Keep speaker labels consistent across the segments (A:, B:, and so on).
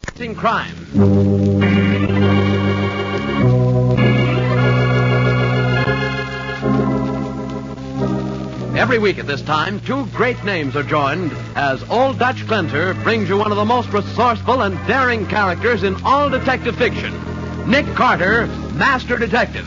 A: Detecting Crime. Every week at this time, two great names are joined as Old Dutch Cleanser brings you one of the most resourceful and daring characters in all detective fiction Nick Carter, Master Detective.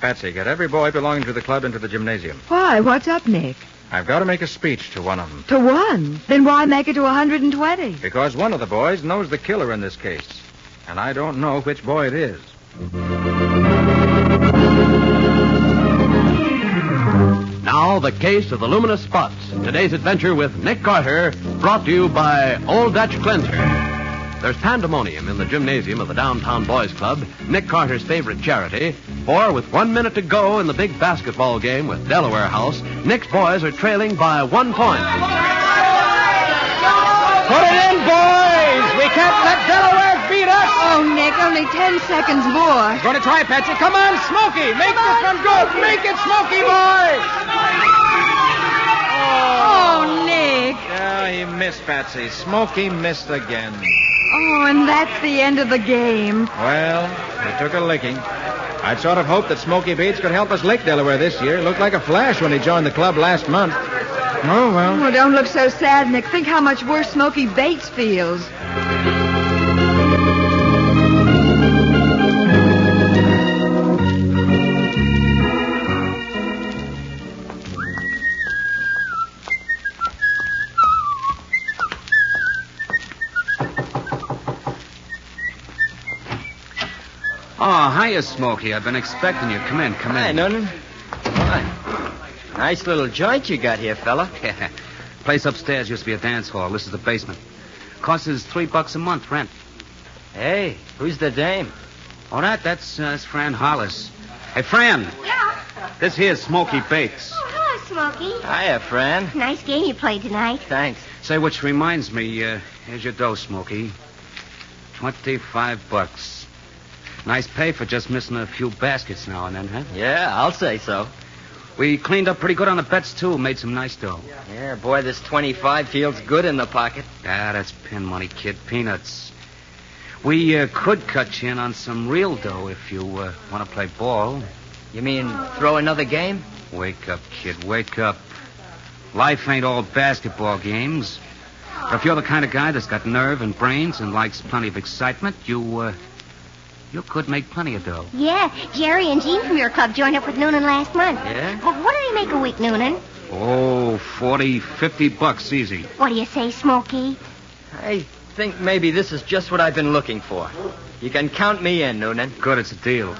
B: Patsy, get every boy belonging to the club into the gymnasium.
C: Why? What's up, Nick?
B: I've got to make a speech to one of them.
C: To one? Then why make it to 120?
B: Because one of the boys knows the killer in this case. And I don't know which boy it is.
A: Now, the case of the luminous spots. Today's adventure with Nick Carter, brought to you by Old Dutch Cleanser. There's pandemonium in the gymnasium of the Downtown Boys Club, Nick Carter's favorite charity. For with one minute to go in the big basketball game with Delaware House, Nick's boys are trailing by one point. Put it in, boys! We can't let Delaware beat us!
C: Oh, Nick, only 10 seconds more.
A: Going to try, Patsy. Come on, Smokey. Make this one go. Make it, Smokey boy.
C: Oh, Nick.
B: Yeah, he missed, Patsy. Smokey missed again.
C: Oh, and that's the end of the game.
B: Well, he took a licking. I'd sort of hoped that Smokey Bates could help us lick Delaware this year. Looked like a flash when he joined the club last month. Oh, well.
C: Well, don't look so sad, Nick. Think how much worse Smokey Bates feels.
D: Oh, hiya, Smokey. I've been expecting you. Come in, come in.
E: Hi, Noonan. Hi. Nice little joint you got here, fella.
D: Place upstairs used to be a dance hall. This is the basement. Costs us three bucks a month rent.
E: Hey, who's the dame?
D: Oh, that that's uh, that's Fran Hollis. Hey, Fran.
F: Yeah.
D: This here's Smokey Bates.
F: Oh, hello, Smokey.
E: Hiya, Fran.
F: Nice game you played tonight.
E: Thanks.
D: Say, which reminds me, uh, here's your dough, Smokey. Twenty-five bucks. Nice pay for just missing a few baskets now and then, huh?
E: Yeah, I'll say so.
D: We cleaned up pretty good on the bets too. Made some nice dough.
E: Yeah, boy, this 25 feels good in the pocket.
D: Ah, that's pin money, kid. Peanuts. We uh, could cut you in on some real dough if you uh, want to play ball.
E: You mean throw another game?
D: Wake up, kid. Wake up. Life ain't all basketball games. But if you're the kind of guy that's got nerve and brains and likes plenty of excitement, you uh, you could make plenty of dough.
F: Yeah, Jerry and Jean from your club joined up with Noonan last month.
E: Yeah?
F: Well, what do they make a week, Noonan?
D: Oh, 40, 50 bucks easy.
F: What do you say, Smokey?
E: I think maybe this is just what I've been looking for. You can count me in, Noonan.
D: Good, it's a deal.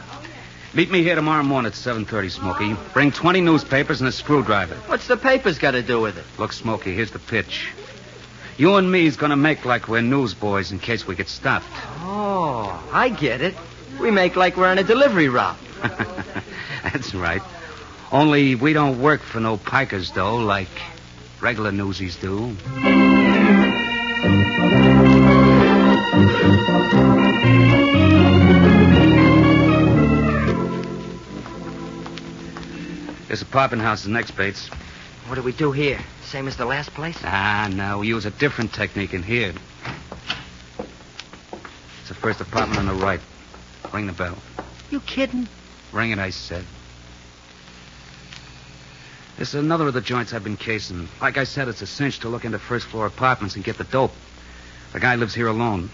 D: Meet me here tomorrow morning at 7.30, Smokey. Bring 20 newspapers and a screwdriver.
E: What's the papers got to do with it?
D: Look, Smokey, here's the pitch. You and me's gonna make like we're newsboys in case we get stopped.
E: Oh, I get it. We make like we're on a delivery route.
D: That's right. Only we don't work for no pikers, though, like regular newsies do. This apartment house is next, Bates.
E: What do we do here? Same as the last place?
D: Ah, no, we use a different technique in here. It's the first apartment on the right. Ring the bell.
E: You kidding?
D: Ring it, I said. This is another of the joints I've been casing. Like I said, it's a cinch to look into first floor apartments and get the dope. The guy lives here alone.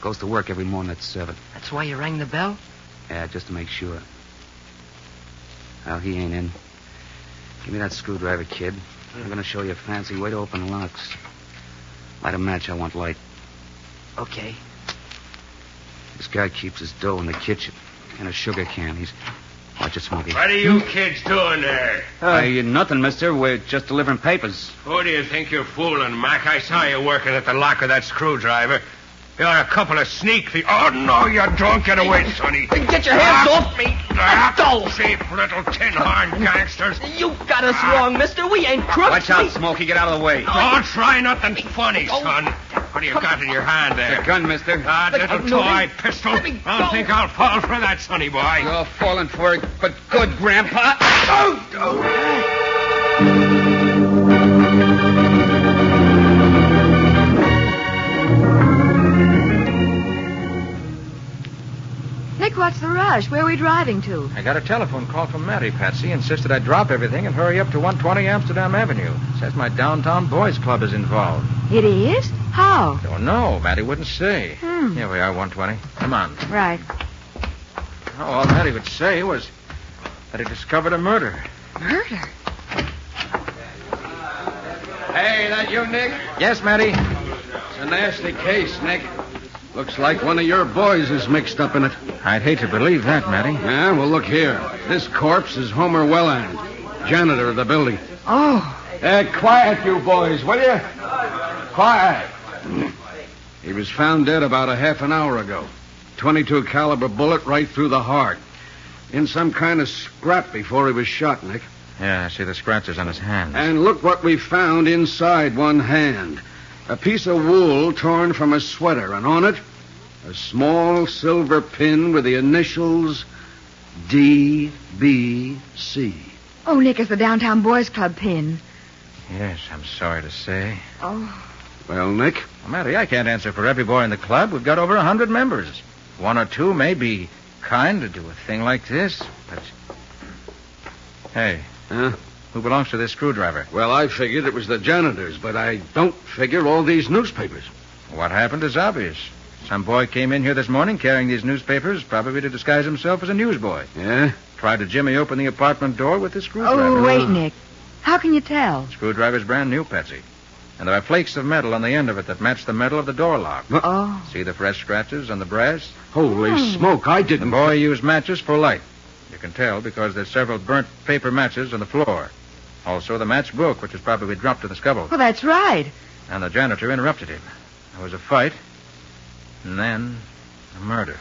D: Goes to work every morning at 7.
E: That's why you rang the bell?
D: Yeah, just to make sure. Well, he ain't in. Give me that screwdriver, kid. I'm going to show you a fancy way to open locks. Light a match, I want light.
E: Okay.
D: This guy keeps his dough in the kitchen. In a sugar can. He's. Watch it, Smokey.
G: What are you kids doing there?
D: Hey, nothing, mister. We're just delivering papers.
G: Who do you think you're fooling, Mac? I saw you working at the lock of that screwdriver. You're a couple of sneak thieves. Oh, no, you're drunk. Get away, sonny.
E: Get your hands off me!
G: Ah, cheap little tin horn gangsters.
E: You got us wrong, mister. We ain't crooks.
D: Watch out, Smokey. Get out of the way.
G: Don't try nothing funny, son. What do you got in your hand
D: The
G: there?
D: gun, mister.
G: Ah, little
E: no,
G: toy pistol. I don't think I'll fall for that, sonny boy.
D: You're falling for it, but good, Grandpa.
G: Oh, oh.
C: Nick, what's the rush? Where are we driving to?
H: I got a telephone call from Mary Patsy, insisted I drop everything and hurry up to 120 Amsterdam Avenue. Says my downtown boys club is involved.
C: It is? How?
H: Don't know. Matty wouldn't say.
C: Hmm.
H: Here we are, 120. Come on.
C: Right.
H: Oh, all Matty would say was that he discovered a murder.
C: Murder.
H: Hey, that you, Nick? Yes, Matty. It's a nasty case, Nick.
D: Looks like one of your boys is mixed up in it.
H: I'd hate to believe that, Matty.
D: Yeah, well, look here. This corpse is Homer Welland, janitor of the building.
C: Oh,
D: Uh, quiet, you boys, will you? Quiet. He was found dead about a half an hour ago. 22 caliber bullet right through the heart. In some kind of scrap before he was shot, Nick.
H: Yeah, I see the scratches on his hands.
D: And look what we found inside one hand. A piece of wool torn from a sweater, and on it, a small silver pin with the initials D.B.C.
C: oh, Nick is the downtown boys club pin.
H: Yes, I'm sorry to say.
C: Oh,
D: Well, Nick,
H: Well, Matty, I can't answer for every boy in the club. We've got over a hundred members. One or two may be kind to do a thing like this, but. Hey,
D: Huh?
H: who belongs to this screwdriver?
D: Well, I figured it was the janitors, but I don't figure all these newspapers.
H: What happened is obvious. Some boy came in here this morning carrying these newspapers, probably to disguise himself as a newsboy.
D: Yeah?
H: Tried to jimmy open the apartment door with the screwdriver.
C: oh wait, Nick. How can you tell?
H: Screwdriver's brand new, Patsy. And there are flakes of metal on the end of it that match the metal of the door lock.
C: Oh,
H: See the fresh scratches on the brass?
D: Holy
I: Hmm.
D: smoke, I
H: The
D: didn't.
H: boy used matches for light. You can tell because there's several burnt paper matches on the floor. Also, the matchbook, which was probably dropped in the scuttle.
C: well, that's right.
H: And the janitor interrupted him. There was a fight, and then a murder.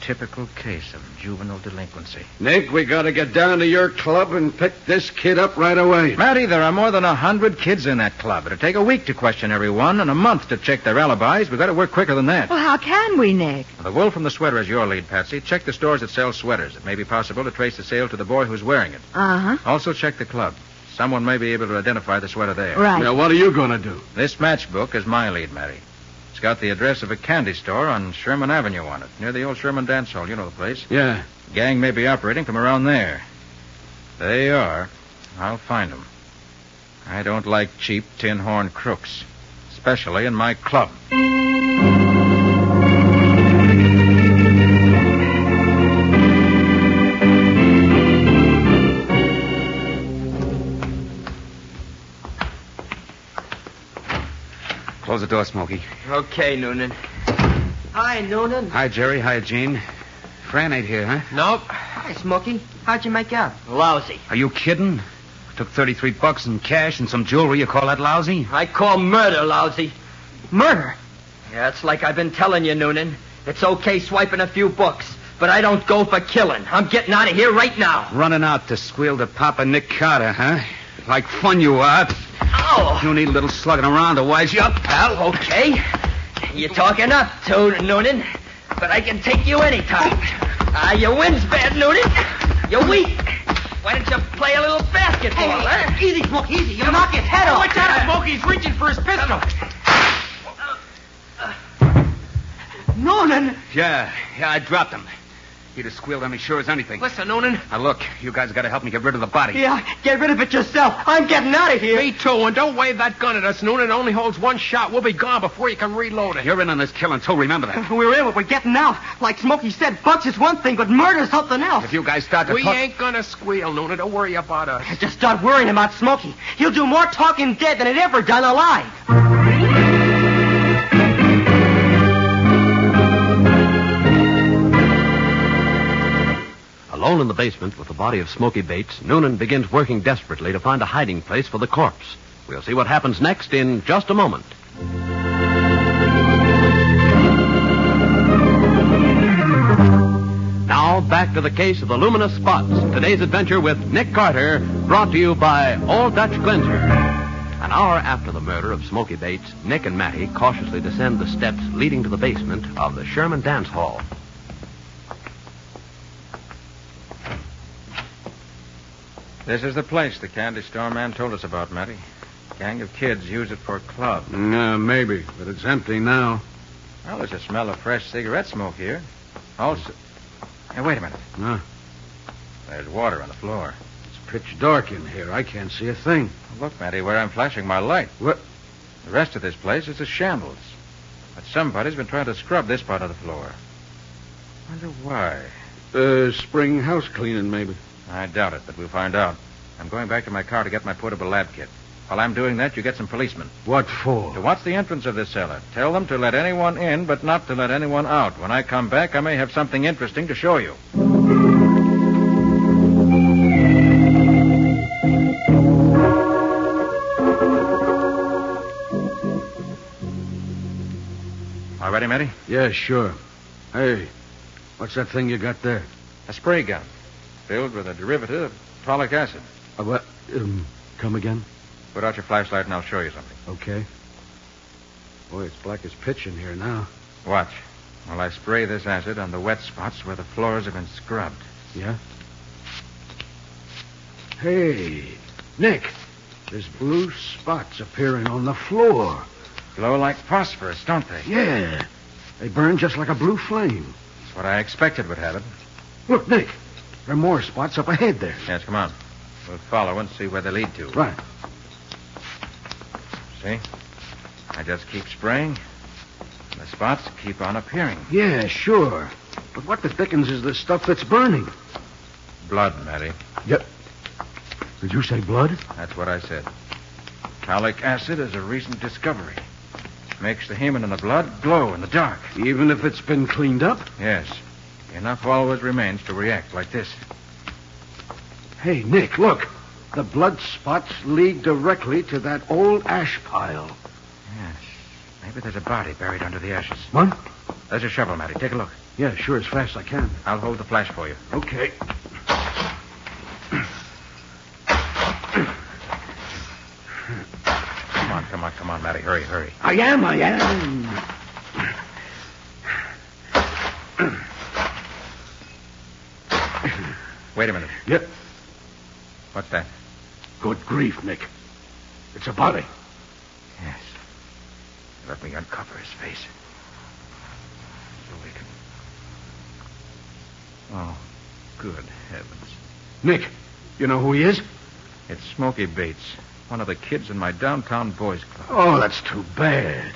H: Typical case of juvenile delinquency.
D: Nick, we gotta get down to your club and pick this kid up right away.
H: Matty, there are more than a hundred kids in that club. It'll take a week to question everyone and a month to check their alibis. We've got to work quicker than that.
C: Well, how can we, Nick?
H: The wool from the sweater is your lead, Patsy. Check the stores that sell sweaters. It may be possible to trace the sale to the boy who's wearing it.
C: Uh huh.
H: Also, check the club. Someone may be able to identify the sweater there.
C: Right.
D: Now, what are you gonna do?
H: This matchbook is my lead, Mary. It's got the address of a candy store on Sherman Avenue on it, near the old Sherman Dance Hall. You know the place.
D: Yeah.
H: Gang may be operating from around there. They are. I'll find 'em. I don't like cheap tin horn crooks, especially in my club.
I: Close the door, Smokey.
E: Okay, Noonan. Hi, Noonan.
I: Hi, Jerry. Hi, Gene. Fran ain't here, huh?
E: Nope. Hi, Smokey. How'd you make out? Lousy.
I: Are you kidding? Took 33 bucks in cash and some jewelry. You call that lousy?
E: I call murder lousy. Murder? Yeah, it's like I've been telling you, Noonan. It's okay swiping a few books, but I don't go for killing. I'm getting out of here right now.
I: Running out to squeal to Papa Nick Carter, huh? Like fun you are.
E: Ow!
I: You need a little slugging around to wise you up, pal.
E: Well, okay. You're talking up, to Noonan. But I can take you anytime. Ah, your wind's bad, Noonan. You're weak. Why don't you play a little basketball, huh? Easy, Smokey, easy. You'll knock his head off. Watch out, Smokey. He's reaching for his pistol. Noonan!
I: Yeah, yeah, I dropped him. He'd have squealed on me sure as anything.
E: Listen, Noonan.
I: Now, look, you guys got to help me get rid of the body.
E: Yeah, get rid of it yourself. I'm getting out of here.
J: Me too, and don't wave that gun at us, Noonan. It only holds one shot. We'll be gone before you can reload it.
I: You're in on this killing, too. Remember that.
E: We're in, but we're getting out. Like Smokey said, bucks is one thing, but murder's something else.
I: If you guys start to
J: We
I: talk...
J: ain't gonna squeal, Noonan. Don't worry about us.
E: Just start worrying about Smokey. He'll do more talking dead than he'd ever done alive.
D: Alone in the basement with the body of Smoky Bates, Noonan begins working desperately to find a hiding place for the corpse. We'll see what happens next in just a moment. Now, back to the case of the luminous spots. Today's adventure with Nick Carter, brought to you by Old Dutch Cleanser. An hour after the murder of Smoky Bates, Nick and Matty cautiously descend the steps leading to the basement of the Sherman Dance Hall.
H: This is the place the candy store man told us about, Matty. Gang of kids use it for a club.
G: Uh, maybe, but it's empty now.
H: Well, there's a smell of fresh cigarette smoke here. Also. Hey, wait a minute.
G: Huh?
H: There's water on the floor.
G: It's pitch dark in here. I can't see a thing.
H: Look, Matty, where I'm flashing my light.
G: What?
H: The rest of this place is a shambles. But somebody's been trying to scrub this part of the floor. Wonder why.
G: Uh, spring house cleaning, maybe.
H: I doubt it, but we'll find out. I'm going back to my car to get my portable lab kit. While I'm doing that, you get some policemen.
G: What for?
H: To watch the entrance of this cellar. Tell them to let anyone in, but not to let anyone out. When I come back, I may have something interesting to show you. All ready, Matty?
G: Yeah, sure. Hey, what's that thing you got there?
H: A spray gun filled with a derivative of tolic acid.
G: Uh, what? Um, come again?
H: Put out your flashlight and I'll show you something.
G: Okay. Boy, it's black as pitch in here now.
H: Watch. While I spray this acid on the wet spots where the floors have been scrubbed.
G: Yeah? Hey, Nick, there's blue spots appearing on the floor.
H: Glow like phosphorus, don't they?
G: Yeah, they burn just like a blue flame.
H: That's what I expected would happen.
G: Look, Nick, there are more spots up ahead there.
H: Yes, come on. We'll follow and see where they lead to.
G: Right.
H: See? I just keep spraying. and The spots keep on appearing.
G: Yeah, sure. But what the dickens is this stuff that's burning?
H: Blood, Matty.
G: Yep. Did you say blood?
H: That's what I said. Talic acid is a recent discovery. Makes the hemoglobin in the blood glow in the dark.
G: Even if it's been cleaned up?
H: Yes. Enough always remains to react like this.
G: Hey, Nick, look. The blood spots lead directly to that old ash pile.
H: Yes. Maybe there's a body buried under the ashes.
G: What?
H: There's a shovel, Matty. Take a look.
G: Yeah, sure, as fast as I can.
H: I'll hold the flash for you.
G: Okay.
H: Come on, come on, come on, Matty. Hurry, hurry.
G: I am, I am.
H: Wait a minute.
G: Yep.
H: What's that?
G: Good grief, Nick. It's a body.
H: Yes. Let me uncover his face. So we can. Oh, good heavens.
G: Nick, you know who he is?
H: It's Smoky Bates, one of the kids in my downtown boys' club.
G: Oh, that's too bad.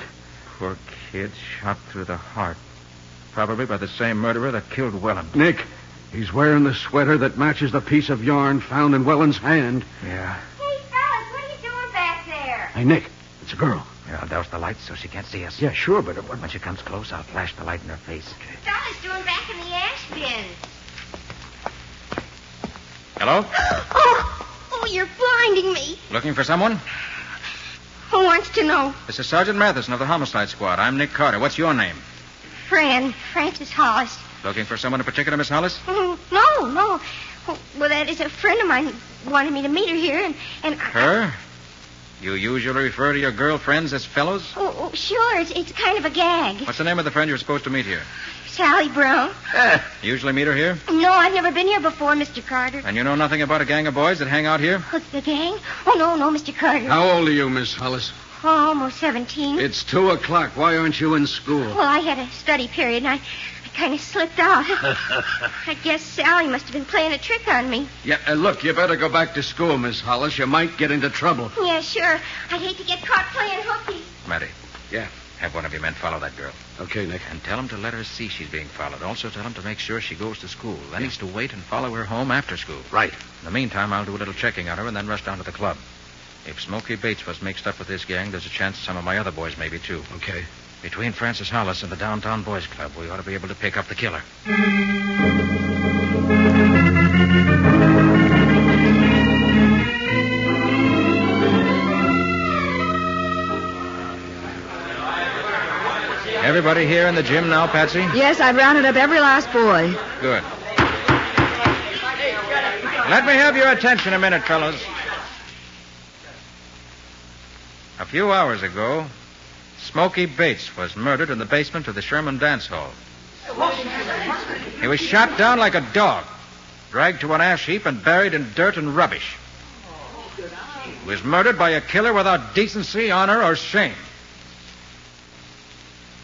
H: Poor kid, shot through the heart. Probably by the same murderer that killed Welland.
G: Nick, he's wearing the sweater that matches the piece of yarn found in Welland's hand.
H: Yeah.
F: Hey, fellas, what are you doing back there?
G: Hey, Nick, it's a girl.
H: Yeah, I'll douse the light so she can't see us.
G: Yeah, sure, but it wasn't.
H: When she comes close, I'll flash the light in her face.
F: Dolly's doing back in the ash bin.
H: Hello?
F: Oh, oh, you're blinding me.
H: Looking for someone?
F: Who wants to know?
H: This is Sergeant Matheson of the Homicide Squad. I'm Nick Carter. What's your name?
F: Fran, Francis Hollis.
H: Looking for someone in particular, Miss Hollis?
F: Mm, No, no. Well, that is a friend of mine wanted me to meet her here, and and I-
H: Her? You usually refer to your girlfriends as fellows?
F: Oh, oh, sure, it's, it's kind of a gag.
H: What's the name of the friend you're supposed to meet here?
F: Sally Brown.
H: Usually meet her here?
F: No, I've never been here before, Mr. Carter.
H: And you know nothing about a gang of boys that hang out here?
F: Oh, the gang? Oh no, no, Mr. Carter.
G: How old are you, Miss Hollis?
F: Oh, almost seventeen.
G: It's two o'clock. Why aren't you in school?
F: Well, I had a study period, and I, I kind of slipped out. I guess Sally must have been playing a trick on me.
G: Yeah, uh, look, you better go back to school, Miss Hollis. You might get into trouble.
F: Yeah, sure. I'd hate to get caught playing hooky.
H: Matty,
G: Yeah.
H: have one of your men follow that girl.
G: Okay, Nick.
H: And tell him to let her see she's being followed. Also tell him to make sure she goes to school. Then he's to wait and follow her home after school.
G: Right.
H: In the meantime, I'll do a little checking on her and then rush down to the club. If Smokey Bates was mixed up with this gang, there's a chance some of my other boys may be, too.
G: Okay.
H: Between Francis Hollis and the Downtown Boys Club, we ought to be able to pick up the killer. Everybody here in the gym now, Patsy?
C: Yes, I've rounded up every last boy.
H: Good. Let me have your attention a minute, fellows. A few hours ago, Smokey Bates was murdered in the basement of the Sherman Dance Hall. He was shot down like a dog, dragged to an ash heap, and buried in dirt and rubbish. He was murdered by a killer without decency, honor, or shame.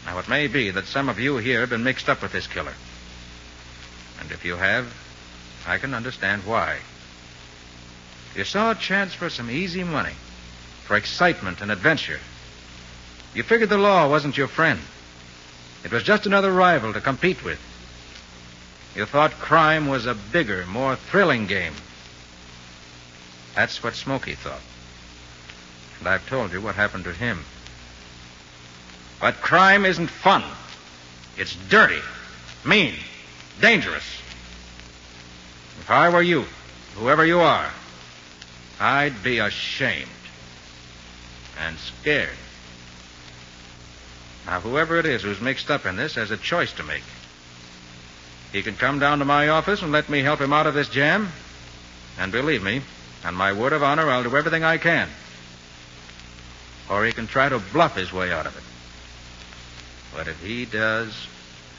H: Now, it may be that some of you here have been mixed up with this killer. And if you have, I can understand why. You saw a chance for some easy money, for excitement and adventure. You figured the law wasn't your friend. It was just another rival to compete with. You thought crime was a bigger, more thrilling game. That's what Smokey thought. And I've told you what happened to him. But crime isn't fun. It's dirty, mean, dangerous. If I were you, whoever you are, I'd be ashamed and scared. Now, whoever it is who's mixed up in this has a choice to make. He can come down to my office and let me help him out of this jam. And believe me, on my word of honor, I'll do everything I can. Or he can try to bluff his way out of it. But if he does,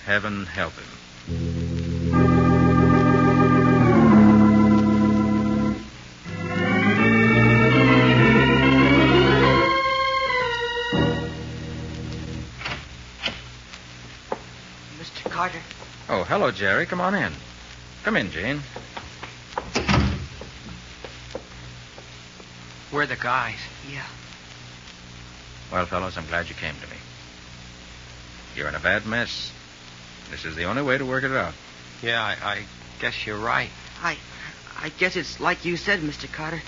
H: heaven help him.
E: Mr. Carter,
H: Oh, hello, Jerry. Come on in. Come in, Jane.
I: We're the guys.
E: yeah.
H: Well, fellows, I'm glad you came to me. You're in a bad mess. This is the only way to work it out.
I: Yeah, I, I guess you're right.
E: I, I guess it's like you said, Mr. Carter.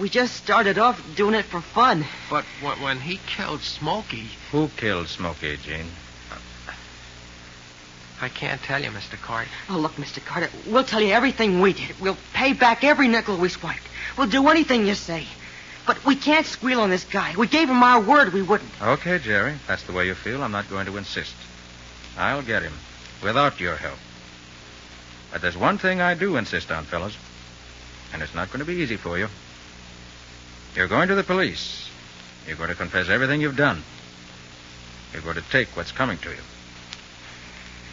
E: We just started off doing it for fun.
J: But wh- when he killed Smokey,
H: Who killed Smokey, Jane?
J: I can't tell you, Mr. Carter.
E: Oh, look, Mr. Carter, we'll tell you everything we did. We'll pay back every nickel we swiped. We'll do anything you say. But we can't squeal on this guy. We gave him our word we wouldn't.
H: Okay, Jerry. if That's the way you feel. I'm not going to insist. I'll get him without your help. But there's one thing I do insist on, fellas, and it's not going to be easy for you. You're going to the police. You're going to confess everything you've done. You're going to take what's coming to you.